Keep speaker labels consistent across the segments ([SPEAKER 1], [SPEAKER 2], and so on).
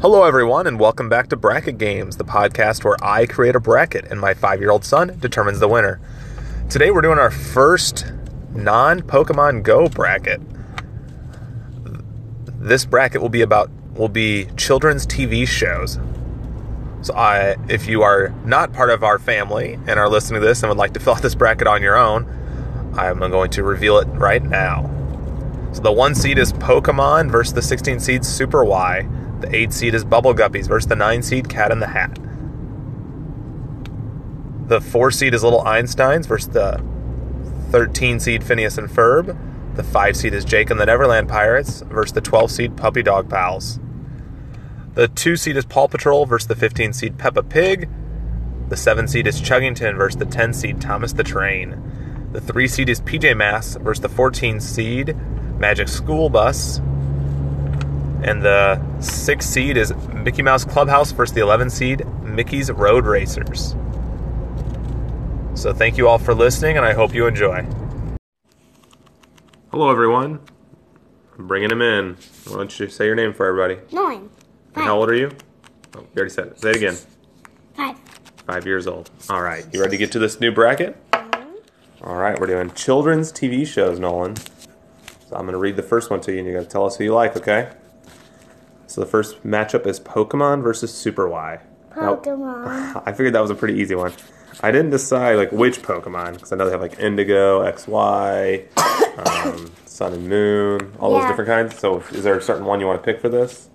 [SPEAKER 1] Hello, everyone, and welcome back to Bracket Games, the podcast where I create a bracket and my five year old son determines the winner. Today, we're doing our first non Pokemon Go bracket. This bracket will be about will be children's TV shows. So, I, if you are not part of our family and are listening to this and would like to fill out this bracket on your own, I'm going to reveal it right now. So the one seed is Pokemon versus the 16 seed Super Y. The eight seed is Bubble Guppies versus the nine seed Cat in the Hat. The four seed is Little Einsteins versus the 13 seed Phineas and Ferb. The five seed is Jake and the Neverland Pirates versus the 12 seed Puppy Dog Pals. The two seed is Paw Patrol versus the 15 seed Peppa Pig. The seven seed is Chuggington versus the 10 seed Thomas the Train. The three seed is PJ Masks versus the 14 seed Magic School Bus. And the six seed is Mickey Mouse Clubhouse versus the 11 seed Mickey's Road Racers. So thank you all for listening, and I hope you enjoy. Hello, everyone. I'm bringing him in. Why don't you say your name for everybody?
[SPEAKER 2] Nine.
[SPEAKER 1] And how old are you? Oh, you already said it. Say it again.
[SPEAKER 2] Five.
[SPEAKER 1] Five years old. All right. You ready to get to this new bracket? All right. We're doing children's TV shows, Nolan. So I'm going to read the first one to you, and you got to tell us who you like, okay? So the first matchup is Pokemon versus Super Y. Now-
[SPEAKER 2] Pokemon.
[SPEAKER 1] I figured that was a pretty easy one. I didn't decide like which Pokemon because I know they have like Indigo, XY, um, Sun and Moon, all those
[SPEAKER 2] Yeah.
[SPEAKER 1] different kinds. So is there a certain one you want to pick for this?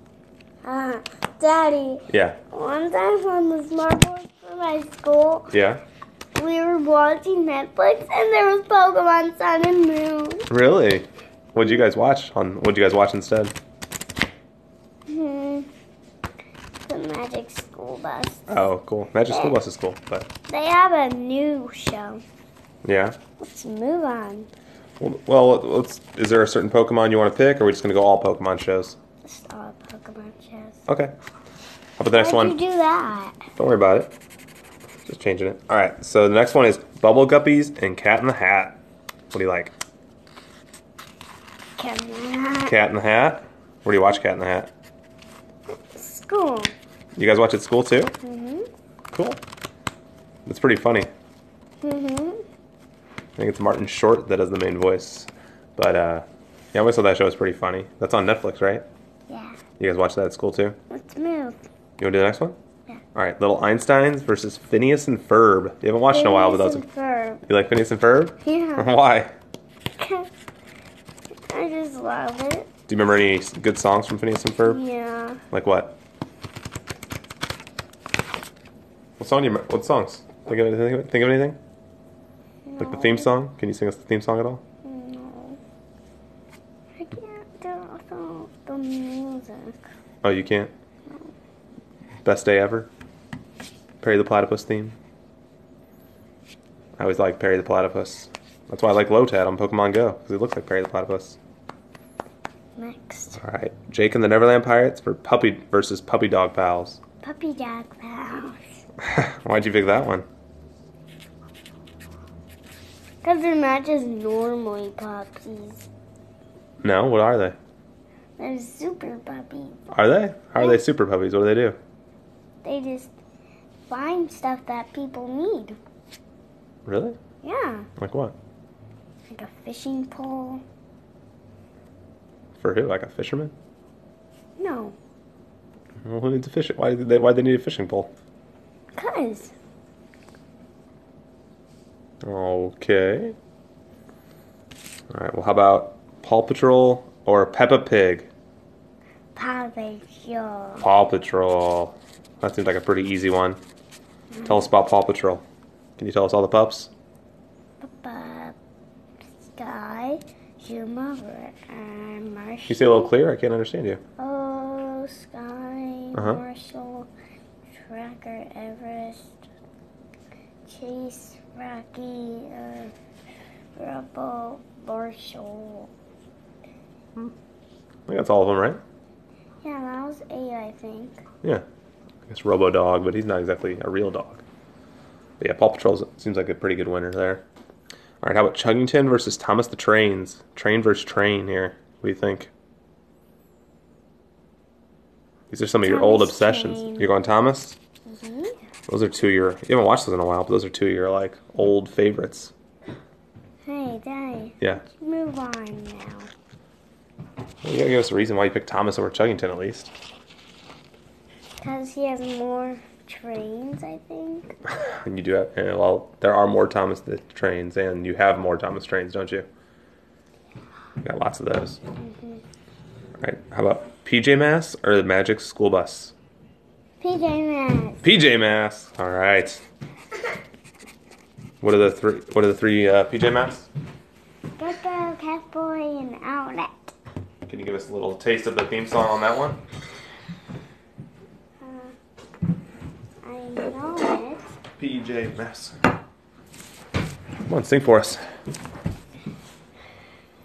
[SPEAKER 2] Uh, Daddy,
[SPEAKER 1] Yeah.
[SPEAKER 2] one time on the smartboard for my school,
[SPEAKER 1] Yeah.
[SPEAKER 2] we were watching Netflix and there was Pokemon Sun and Moon.
[SPEAKER 1] Really? What'd you guys watch? On what'd you guys watch instead?
[SPEAKER 2] Hmm. The Magic School Bus.
[SPEAKER 1] Oh, cool. Magic School Bus is cool, but
[SPEAKER 2] They have a new show.
[SPEAKER 1] yeah.
[SPEAKER 2] Let's move on.
[SPEAKER 1] Well, well, let's. Is there a certain Pokemon you want to pick, or are we just gonna go all Pokemon shows?
[SPEAKER 2] It's all Pokemon shows.
[SPEAKER 1] Okay. How about the next
[SPEAKER 2] Why'd
[SPEAKER 1] Uh, one?
[SPEAKER 2] you do that?
[SPEAKER 1] Don't worry about it. Just changing it. All right. So the next one is Bubble Guppies and Cat in the Hat. What do you like?
[SPEAKER 2] Can I?
[SPEAKER 1] Cat in the Hat. Where do you watch Cat in the Hat?
[SPEAKER 2] School.
[SPEAKER 1] You guys watch at school too?
[SPEAKER 2] Mm-hmm.
[SPEAKER 1] Cool. That's pretty funny. I
[SPEAKER 2] Mm-hmm.
[SPEAKER 1] think it's Martin Short that does the main voice. But uh, yeah, I always thought that show was pretty funny. That's on Netflix, right?
[SPEAKER 2] Yeah.
[SPEAKER 1] You guys watch that at school too?
[SPEAKER 2] Let's move.
[SPEAKER 1] You want to do the next one?
[SPEAKER 2] Yeah.
[SPEAKER 1] All right. Little Einsteins versus Phineas and Ferb. You haven't watched in a while, but that's
[SPEAKER 2] Phineas and Ferb.
[SPEAKER 1] you like Phineas and Ferb?
[SPEAKER 2] Yeah.
[SPEAKER 1] Why?
[SPEAKER 2] I just love it.
[SPEAKER 1] Do you remember any s- good songs from Phineas and Ferb?
[SPEAKER 2] Yeah.
[SPEAKER 1] Like what? What song do you? rem- What songs? Think of anything? Think of anything? Like the theme song? Can you sing us the theme song at all?
[SPEAKER 2] No. I can't do the, the music.
[SPEAKER 1] Oh, you can't. Best day ever. Perry the Platypus theme. I always like Perry the Platypus. That's why I like Lotad on Pokemon Go because he looks like Perry the Platypus.
[SPEAKER 2] Next.
[SPEAKER 1] All right, Jake and the Neverland Pirates for Puppy versus Puppy Dog Pals.
[SPEAKER 2] Puppy Dog House.
[SPEAKER 1] Why'd you pick that one?
[SPEAKER 2] Because it matches normally puppies.
[SPEAKER 1] No, what are they?
[SPEAKER 2] They're super puppies.
[SPEAKER 1] Are they? How are they super puppies? What do they do?
[SPEAKER 2] They just find stuff that people need.
[SPEAKER 1] Really?
[SPEAKER 2] Yeah.
[SPEAKER 1] Like what?
[SPEAKER 2] Like a fishing pole.
[SPEAKER 1] For who? Like a fisherman?
[SPEAKER 2] No.
[SPEAKER 1] Well, who needs a fish? Why did they? Why they need a fishing pole?
[SPEAKER 2] Because.
[SPEAKER 1] Okay. All right. Well, how about Paw Patrol or Peppa Pig?
[SPEAKER 2] Puppy Show.
[SPEAKER 1] Paw Patrol. That seems like a pretty easy one. Tell us about Paw Patrol. Can you tell us all the pups?
[SPEAKER 2] Papa, Sky, Zuma, and Marshall.
[SPEAKER 1] Can you say a little clearer? I can't understand you.
[SPEAKER 2] Oh, Sky,
[SPEAKER 1] Uh-huh.
[SPEAKER 2] Marshall, Tracker, Everest, Chase, Rocky, uh, Rubble, Marshall.
[SPEAKER 1] I think that's all of them, right?
[SPEAKER 2] Yeah, that was eight, I think.
[SPEAKER 1] Yeah. I guess Robo Dog, but he's not exactly a real dog. But yeah, Paw Patrol seems like a pretty good winner there. All right, how about Chuggington versus Thomas the Trains? Train versus train here. What do you think? These are some of your old
[SPEAKER 2] Thomas
[SPEAKER 1] obsessions.
[SPEAKER 2] Jane.
[SPEAKER 1] You're going Thomas? Those are two of your, you haven't watched those in a while, but those are two of your like old favorites.
[SPEAKER 2] Hey, Daddy,
[SPEAKER 1] Yeah.
[SPEAKER 2] move on now.
[SPEAKER 1] Well, you gotta give us a reason why you picked Thomas over Chuggington at least.
[SPEAKER 2] Because he has more trains, I think.
[SPEAKER 1] And you do have, and well, there are more Thomas the trains, and you have more Thomas trains, don't you? You got lots of those. All right, how about PJ Masks or the Magic School Bus?
[SPEAKER 2] PJ Masks.
[SPEAKER 1] PJ Masks. All right. What are the three? What are the three uh, PJ Masks?
[SPEAKER 2] Coco, Catboy, and Owlette.
[SPEAKER 1] Can you give us a little taste of the theme song on that one?
[SPEAKER 2] Uh, I know it.
[SPEAKER 1] PJ Masks. Come on, sing for us.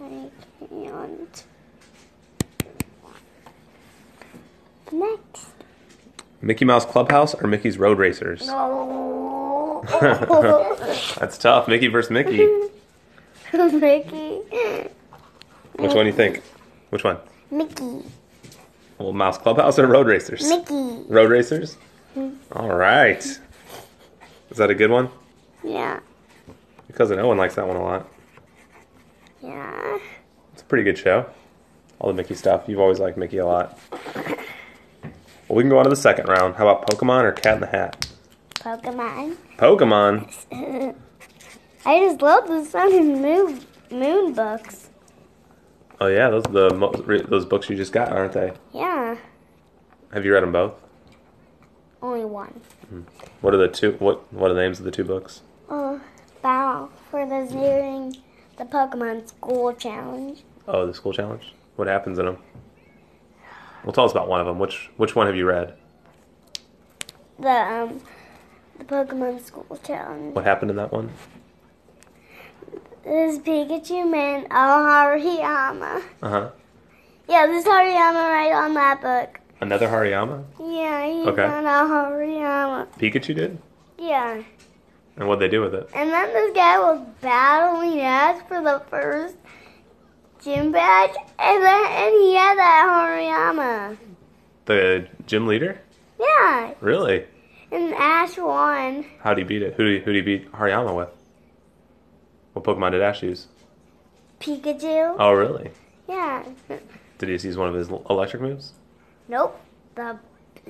[SPEAKER 2] I can't. Next.
[SPEAKER 1] Mickey Mouse Clubhouse or Mickey's Road Racers?
[SPEAKER 2] Oh.
[SPEAKER 1] That's tough. Mickey versus Mickey.
[SPEAKER 2] Mickey.
[SPEAKER 1] Which one do you think? Which one?
[SPEAKER 2] Mickey.
[SPEAKER 1] Well, Mouse Clubhouse or Road Racers?
[SPEAKER 2] Mickey.
[SPEAKER 1] Road Racers? All right. Is that a good one?
[SPEAKER 2] Yeah.
[SPEAKER 1] Because no one likes that one a lot.
[SPEAKER 2] Yeah.
[SPEAKER 1] It's a pretty good show. All the Mickey stuff. You've always liked Mickey a lot. Well, we can go on to the second round. How about Pokemon or Cat in the Hat?
[SPEAKER 2] Pokemon.
[SPEAKER 1] Pokemon.
[SPEAKER 2] I just love the Sun and Moon, moon books.
[SPEAKER 1] Oh yeah, those are the mo- re- those books you just got, aren't they?
[SPEAKER 2] Yeah.
[SPEAKER 1] Have you read them both?
[SPEAKER 2] Only one.
[SPEAKER 1] What are the two? What What are the names of the two books?
[SPEAKER 2] Oh, bow for the zeroing the Pokemon school challenge.
[SPEAKER 1] Oh, the school challenge. What happens in them? Well, tell us about one of them. Which Which one have you read?
[SPEAKER 2] The um the Pokemon school challenge.
[SPEAKER 1] What happened in that one?
[SPEAKER 2] This is Pikachu man Oh Hariyama.
[SPEAKER 1] Uh huh.
[SPEAKER 2] Yeah, this Hariyama right on that book.
[SPEAKER 1] Another Hariyama?
[SPEAKER 2] Yeah, he's
[SPEAKER 1] Okay.
[SPEAKER 2] on a Hariyama.
[SPEAKER 1] Pikachu did?
[SPEAKER 2] Yeah.
[SPEAKER 1] And what'd they do with it?
[SPEAKER 2] And then this guy was battling us for the first gym badge, and then and he had that Hariyama.
[SPEAKER 1] The gym leader?
[SPEAKER 2] Yeah,
[SPEAKER 1] Really?
[SPEAKER 2] and Ash won.
[SPEAKER 1] How'd he beat it? Who did he, who'd he beat Hariyama with? What Pokemon did Ash use?
[SPEAKER 2] Pikachu.
[SPEAKER 1] Oh, really?
[SPEAKER 2] Yeah.
[SPEAKER 1] Did he just use one of his l- electric moves?
[SPEAKER 2] Nope. The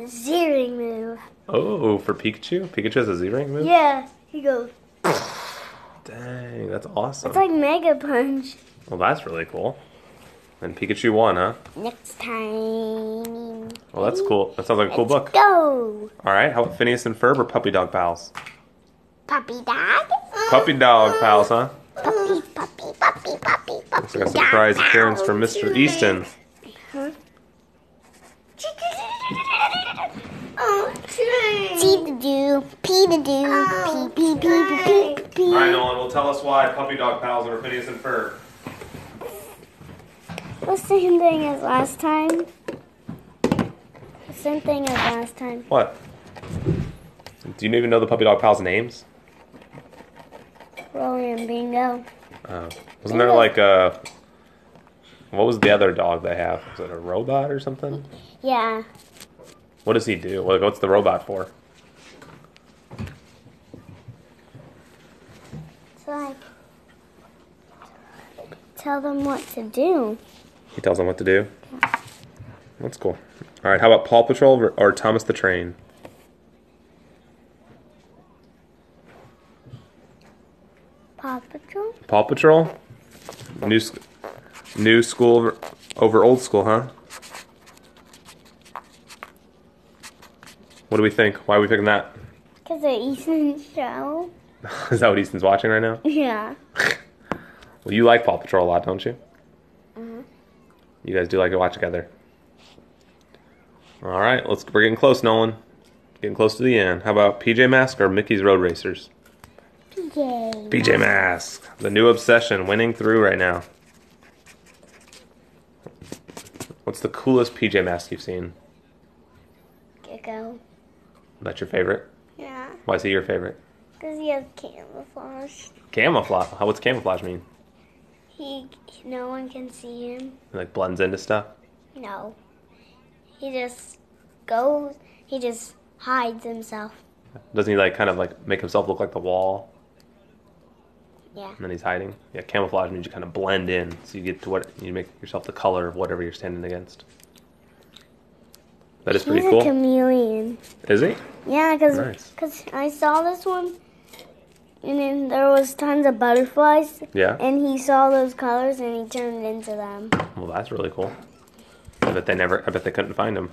[SPEAKER 2] zeroing move.
[SPEAKER 1] Oh, for Pikachu? Pikachu has a Z-Rank move?
[SPEAKER 2] Yeah, he goes.
[SPEAKER 1] Dang, that's awesome.
[SPEAKER 2] It's like Mega Punch.
[SPEAKER 1] well, that's really cool. And Pikachu won, huh?
[SPEAKER 2] Next time.
[SPEAKER 1] Well, that's cool. That sounds like a cool
[SPEAKER 2] Let's
[SPEAKER 1] book.
[SPEAKER 2] Go,
[SPEAKER 1] All right, how about Phineas and Ferb or Puppy Dog Pals?
[SPEAKER 2] puppy dog.
[SPEAKER 1] Puppy Dog Pals, huh?
[SPEAKER 2] Puppy, puppy, puppy, puppy, puppy.
[SPEAKER 1] Looks like a surprise
[SPEAKER 2] dog
[SPEAKER 1] appearance from
[SPEAKER 2] pals.
[SPEAKER 1] Mr. Easton.
[SPEAKER 2] Oh, train. T to do, P to do, P, P, P, P, P, P.
[SPEAKER 1] All right, Nolan, well, tell us why Puppy Dog Pals are Phineas and Ferb.
[SPEAKER 2] The same thing as last time. The same thing as last time.
[SPEAKER 1] What? Do you even know the Puppy Dog Pals names?
[SPEAKER 2] Rolly and Bingo.
[SPEAKER 1] Uh, wasn't there like a. What was the other dog they have? Was it a robot or something?
[SPEAKER 2] Yeah.
[SPEAKER 1] What does he do? Like, what's the robot for?
[SPEAKER 2] It's like tell them what to do.
[SPEAKER 1] He tells them what to do. That's cool. All right, how about Paw Patrol or, or Thomas the Train?
[SPEAKER 2] Paw Patrol.
[SPEAKER 1] Paw Patrol? New, sc- new school over old school, huh? What do we think? Why are we picking that?
[SPEAKER 2] Because of Ethan's show.
[SPEAKER 1] Is that what Easton's watching right now?
[SPEAKER 2] Yeah.
[SPEAKER 1] Well, you like Paw Patrol a lot, don't you? You guys do like to watch together. All right, let's. We're getting close, Nolan. Getting close to the end. How about PJ Mask or Mickey's Road Racers?
[SPEAKER 2] PJ.
[SPEAKER 1] PJ Mask, the new obsession, winning through right now. What's the coolest PJ Mask you've seen?
[SPEAKER 2] Gecko.
[SPEAKER 1] That's your favorite.
[SPEAKER 2] Yeah.
[SPEAKER 1] Why is he your favorite?
[SPEAKER 2] Because he has camouflage.
[SPEAKER 1] Camouflage. How? What's camouflage mean?
[SPEAKER 2] He, no one can see him.
[SPEAKER 1] It, like blends into stuff.
[SPEAKER 2] No. He just goes. He just hides himself.
[SPEAKER 1] Doesn't he like kind of like make himself look like the wall
[SPEAKER 2] Yeah.
[SPEAKER 1] and then he's hiding? Yeah, camouflage means you kind of blend in, so you get to what you make yourself the color of whatever you're standing against. That is pretty
[SPEAKER 2] He's a
[SPEAKER 1] cool.
[SPEAKER 2] chameleon.
[SPEAKER 1] Is he?
[SPEAKER 2] Yeah, because
[SPEAKER 1] Nice.
[SPEAKER 2] I saw this one, and then there was tons of butterflies,
[SPEAKER 1] Yeah.
[SPEAKER 2] and he saw those colors and he turned into them.
[SPEAKER 1] Well, that's really cool. I bet they never. I bet they couldn't find him.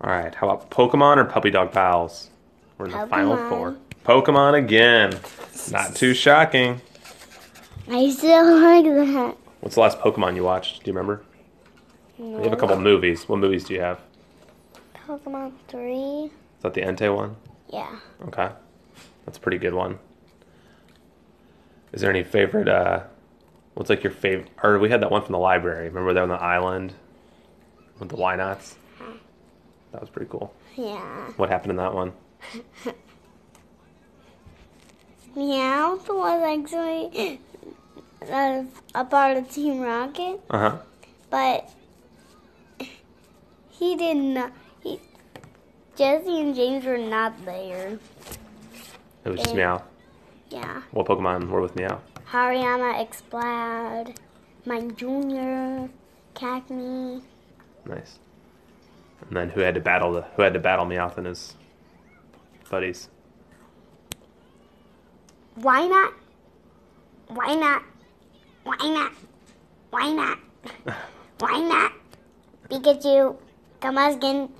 [SPEAKER 1] All right. How about Pokemon or Puppy Dog Pals? We're in the final four. Pokemon again. Not too shocking.
[SPEAKER 2] I still like that.
[SPEAKER 1] What's the last Pokemon you watched? Do you remember? You have a couple movies. What movies do you have?
[SPEAKER 2] Pokemon three.
[SPEAKER 1] Is that the Entei one?
[SPEAKER 2] Yeah.
[SPEAKER 1] Okay. That's a pretty good one. Is there any favorite uh what's like your favorite or we had that one from the library. Remember that on the island with the why nots? That was pretty cool.
[SPEAKER 2] Yeah.
[SPEAKER 1] What happened in that one?
[SPEAKER 2] Meow was actually a, a part of Team Rocket,
[SPEAKER 1] Uh-huh.
[SPEAKER 2] but he did not. He Jesse and James were not there.
[SPEAKER 1] It was just
[SPEAKER 2] Eh.
[SPEAKER 1] Meow.
[SPEAKER 2] Yeah.
[SPEAKER 1] What Pokemon were with Meow?
[SPEAKER 2] Hariana Explode, Mike Jr., Cacme.
[SPEAKER 1] Nice. And then who had to battle the who had to battle Meowth and his buddies?
[SPEAKER 2] Why not? Why not? Why not? Why not? Why not? Pikachu, Kamuskin,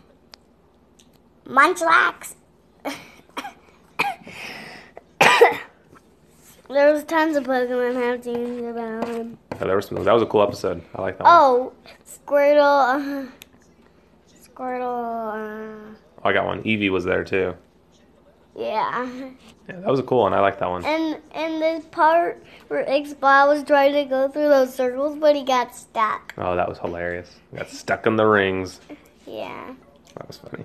[SPEAKER 2] Munchlax. there was tons of Pokemon have teams about him.
[SPEAKER 1] Yeah, there was some, that was a cool episode. I like that one.
[SPEAKER 2] Oh, Squirtle. Uh, Squirtle. Uh,
[SPEAKER 1] I got one. Eevee was there too.
[SPEAKER 2] yeah.
[SPEAKER 1] Yeah, that was a cool one. I like that one.
[SPEAKER 2] And and this part where Xbox was trying to go through those circles, but he got stuck.
[SPEAKER 1] Oh, that was hilarious. Got stuck in the rings.
[SPEAKER 2] Yeah.
[SPEAKER 1] That was funny.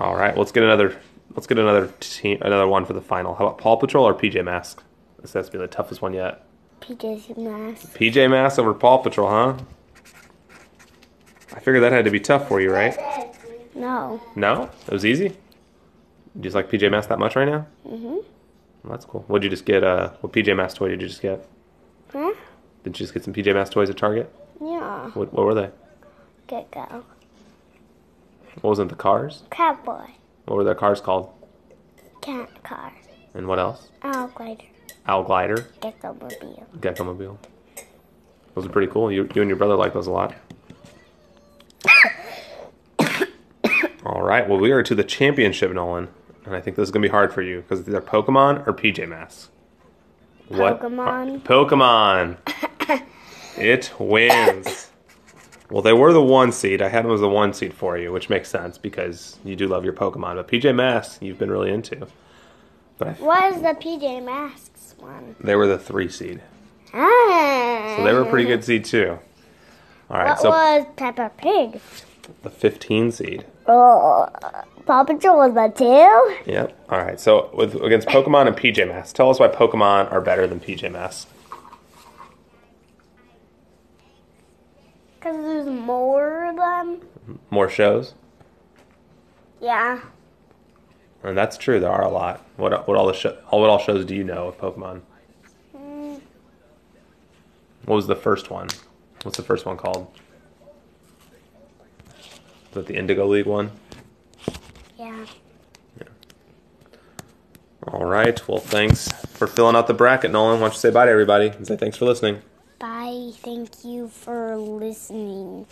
[SPEAKER 1] All right, let's get another. Let's get another team, another one for the final. How about Paw Patrol or PJ Masks? This has to be the toughest one yet.
[SPEAKER 2] PJ's mask.
[SPEAKER 1] PJ Masks over Paw Patrol, huh? I figured that had to be tough for you, right?
[SPEAKER 2] No.
[SPEAKER 1] No, it was easy. You just like PJ Masks that much right now?
[SPEAKER 2] Mhm.
[SPEAKER 1] Well, that's cool. What'd you just get? Uh, what PJ Masks toy did you just get?
[SPEAKER 2] Huh?
[SPEAKER 1] Did you just get some PJ Masks toys at Target?
[SPEAKER 2] Yeah.
[SPEAKER 1] What, what were they?
[SPEAKER 2] Good go.
[SPEAKER 1] What wasn't the cars?
[SPEAKER 2] Cowboy.
[SPEAKER 1] What were their cars called?
[SPEAKER 2] Cat car.
[SPEAKER 1] And what else?
[SPEAKER 2] Owl glider.
[SPEAKER 1] Owl Glider.
[SPEAKER 2] Get the mobile.
[SPEAKER 1] Geckomobile. Those are pretty cool. You, you and your brother like those a lot. All right. Well, we are to the championship, Nolan, and I think this is gonna be hard for you because they're Pokemon or PJ Masks. What?
[SPEAKER 2] Pokemon.
[SPEAKER 1] Pokemon. it wins. Well, they were the one seed. I had them as the one seed for you, which makes sense because you do love your Pokemon. But PJ Masks, you've been really into. But I,
[SPEAKER 2] What is the PJ Masks one?
[SPEAKER 1] they were the three seed.
[SPEAKER 2] Ah.
[SPEAKER 1] So they were a pretty good seed too. All right,
[SPEAKER 2] What
[SPEAKER 1] so
[SPEAKER 2] was Peppa Pig?
[SPEAKER 1] the 15 seed.
[SPEAKER 2] Oh, Paw Patrol was the two.
[SPEAKER 1] Yep. All right, so with against Pokemon and PJ Masks, tell us why Pokemon are better than PJ Masks.
[SPEAKER 2] Cause there's more of them.
[SPEAKER 1] More shows,
[SPEAKER 2] Yeah.
[SPEAKER 1] and that's true. There are a lot. What what all the show, all what all shows do you know of Pokemon? What was the first one? What's the first one called? Is that the Indigo League one?
[SPEAKER 2] Yeah.
[SPEAKER 1] All right. Well, thanks for filling out the bracket, Nolan. Why don't you say bye to everybody and say thanks for listening.
[SPEAKER 2] Bye. Thank you for listening.